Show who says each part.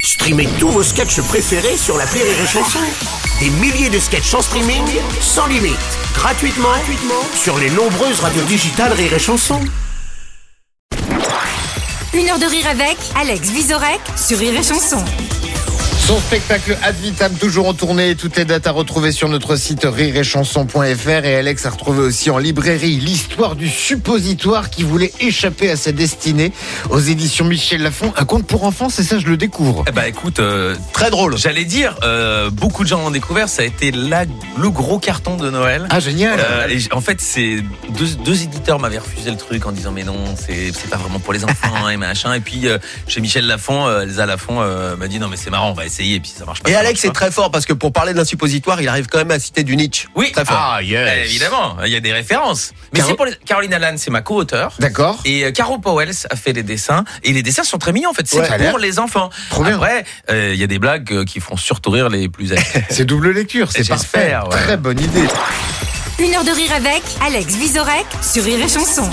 Speaker 1: Streamez tous vos sketchs préférés sur la Rire et Chanson. Des milliers de sketchs en streaming, sans limite, gratuitement, gratuitement sur les nombreuses radios digitales Rire et Chanson.
Speaker 2: Une heure de rire avec Alex Visorek sur Rire et Chanson.
Speaker 3: Son spectacle Ad Vitam, toujours en tournée. Toutes les dates à retrouver sur notre site rireetchanson.fr. Et Alex a retrouvé aussi en librairie l'histoire du suppositoire qui voulait échapper à sa destinée aux éditions Michel Lafon. Un conte pour enfants, c'est ça, je le découvre.
Speaker 4: Eh ben écoute, euh,
Speaker 3: Très drôle.
Speaker 4: j'allais dire, euh, beaucoup de gens l'ont découvert, ça a été la, le gros carton de Noël.
Speaker 3: Ah, génial.
Speaker 4: Euh, et j- en fait, c'est deux, deux éditeurs m'avaient refusé le truc en disant mais non, c'est c'est pas vraiment pour les enfants et machin. Et puis euh, chez Michel Lafon, euh, Elsa Lafon euh, m'a dit non mais c'est marrant, on va essayer. Et puis ça marche pas.
Speaker 5: Et
Speaker 4: ça
Speaker 5: Alex est
Speaker 4: marche pas.
Speaker 5: très fort parce que pour parler de l'insuppositoire, il arrive quand même à citer du Nietzsche.
Speaker 4: oui
Speaker 5: Très fort.
Speaker 3: Ah, yes.
Speaker 4: Eh, évidemment, il y a des références. Mais
Speaker 3: Caro-
Speaker 4: c'est pour les... Caroline Allan, c'est ma co-auteure.
Speaker 3: D'accord.
Speaker 4: Et euh, Caro Powells a fait les dessins et les dessins sont très mignons en fait. C'est
Speaker 3: Ouais. Ça a l'air.
Speaker 4: pour les enfants.
Speaker 3: Trop bien.
Speaker 4: Après, euh, il y a des blagues euh, qui font surtout rire les plus âgés.
Speaker 3: C'est double lecture, c'est parfait.
Speaker 4: J'espère, ouais.
Speaker 3: Très bonne idée.
Speaker 2: Une heure de rire avec Alex Visorek sur Rire et Chanson.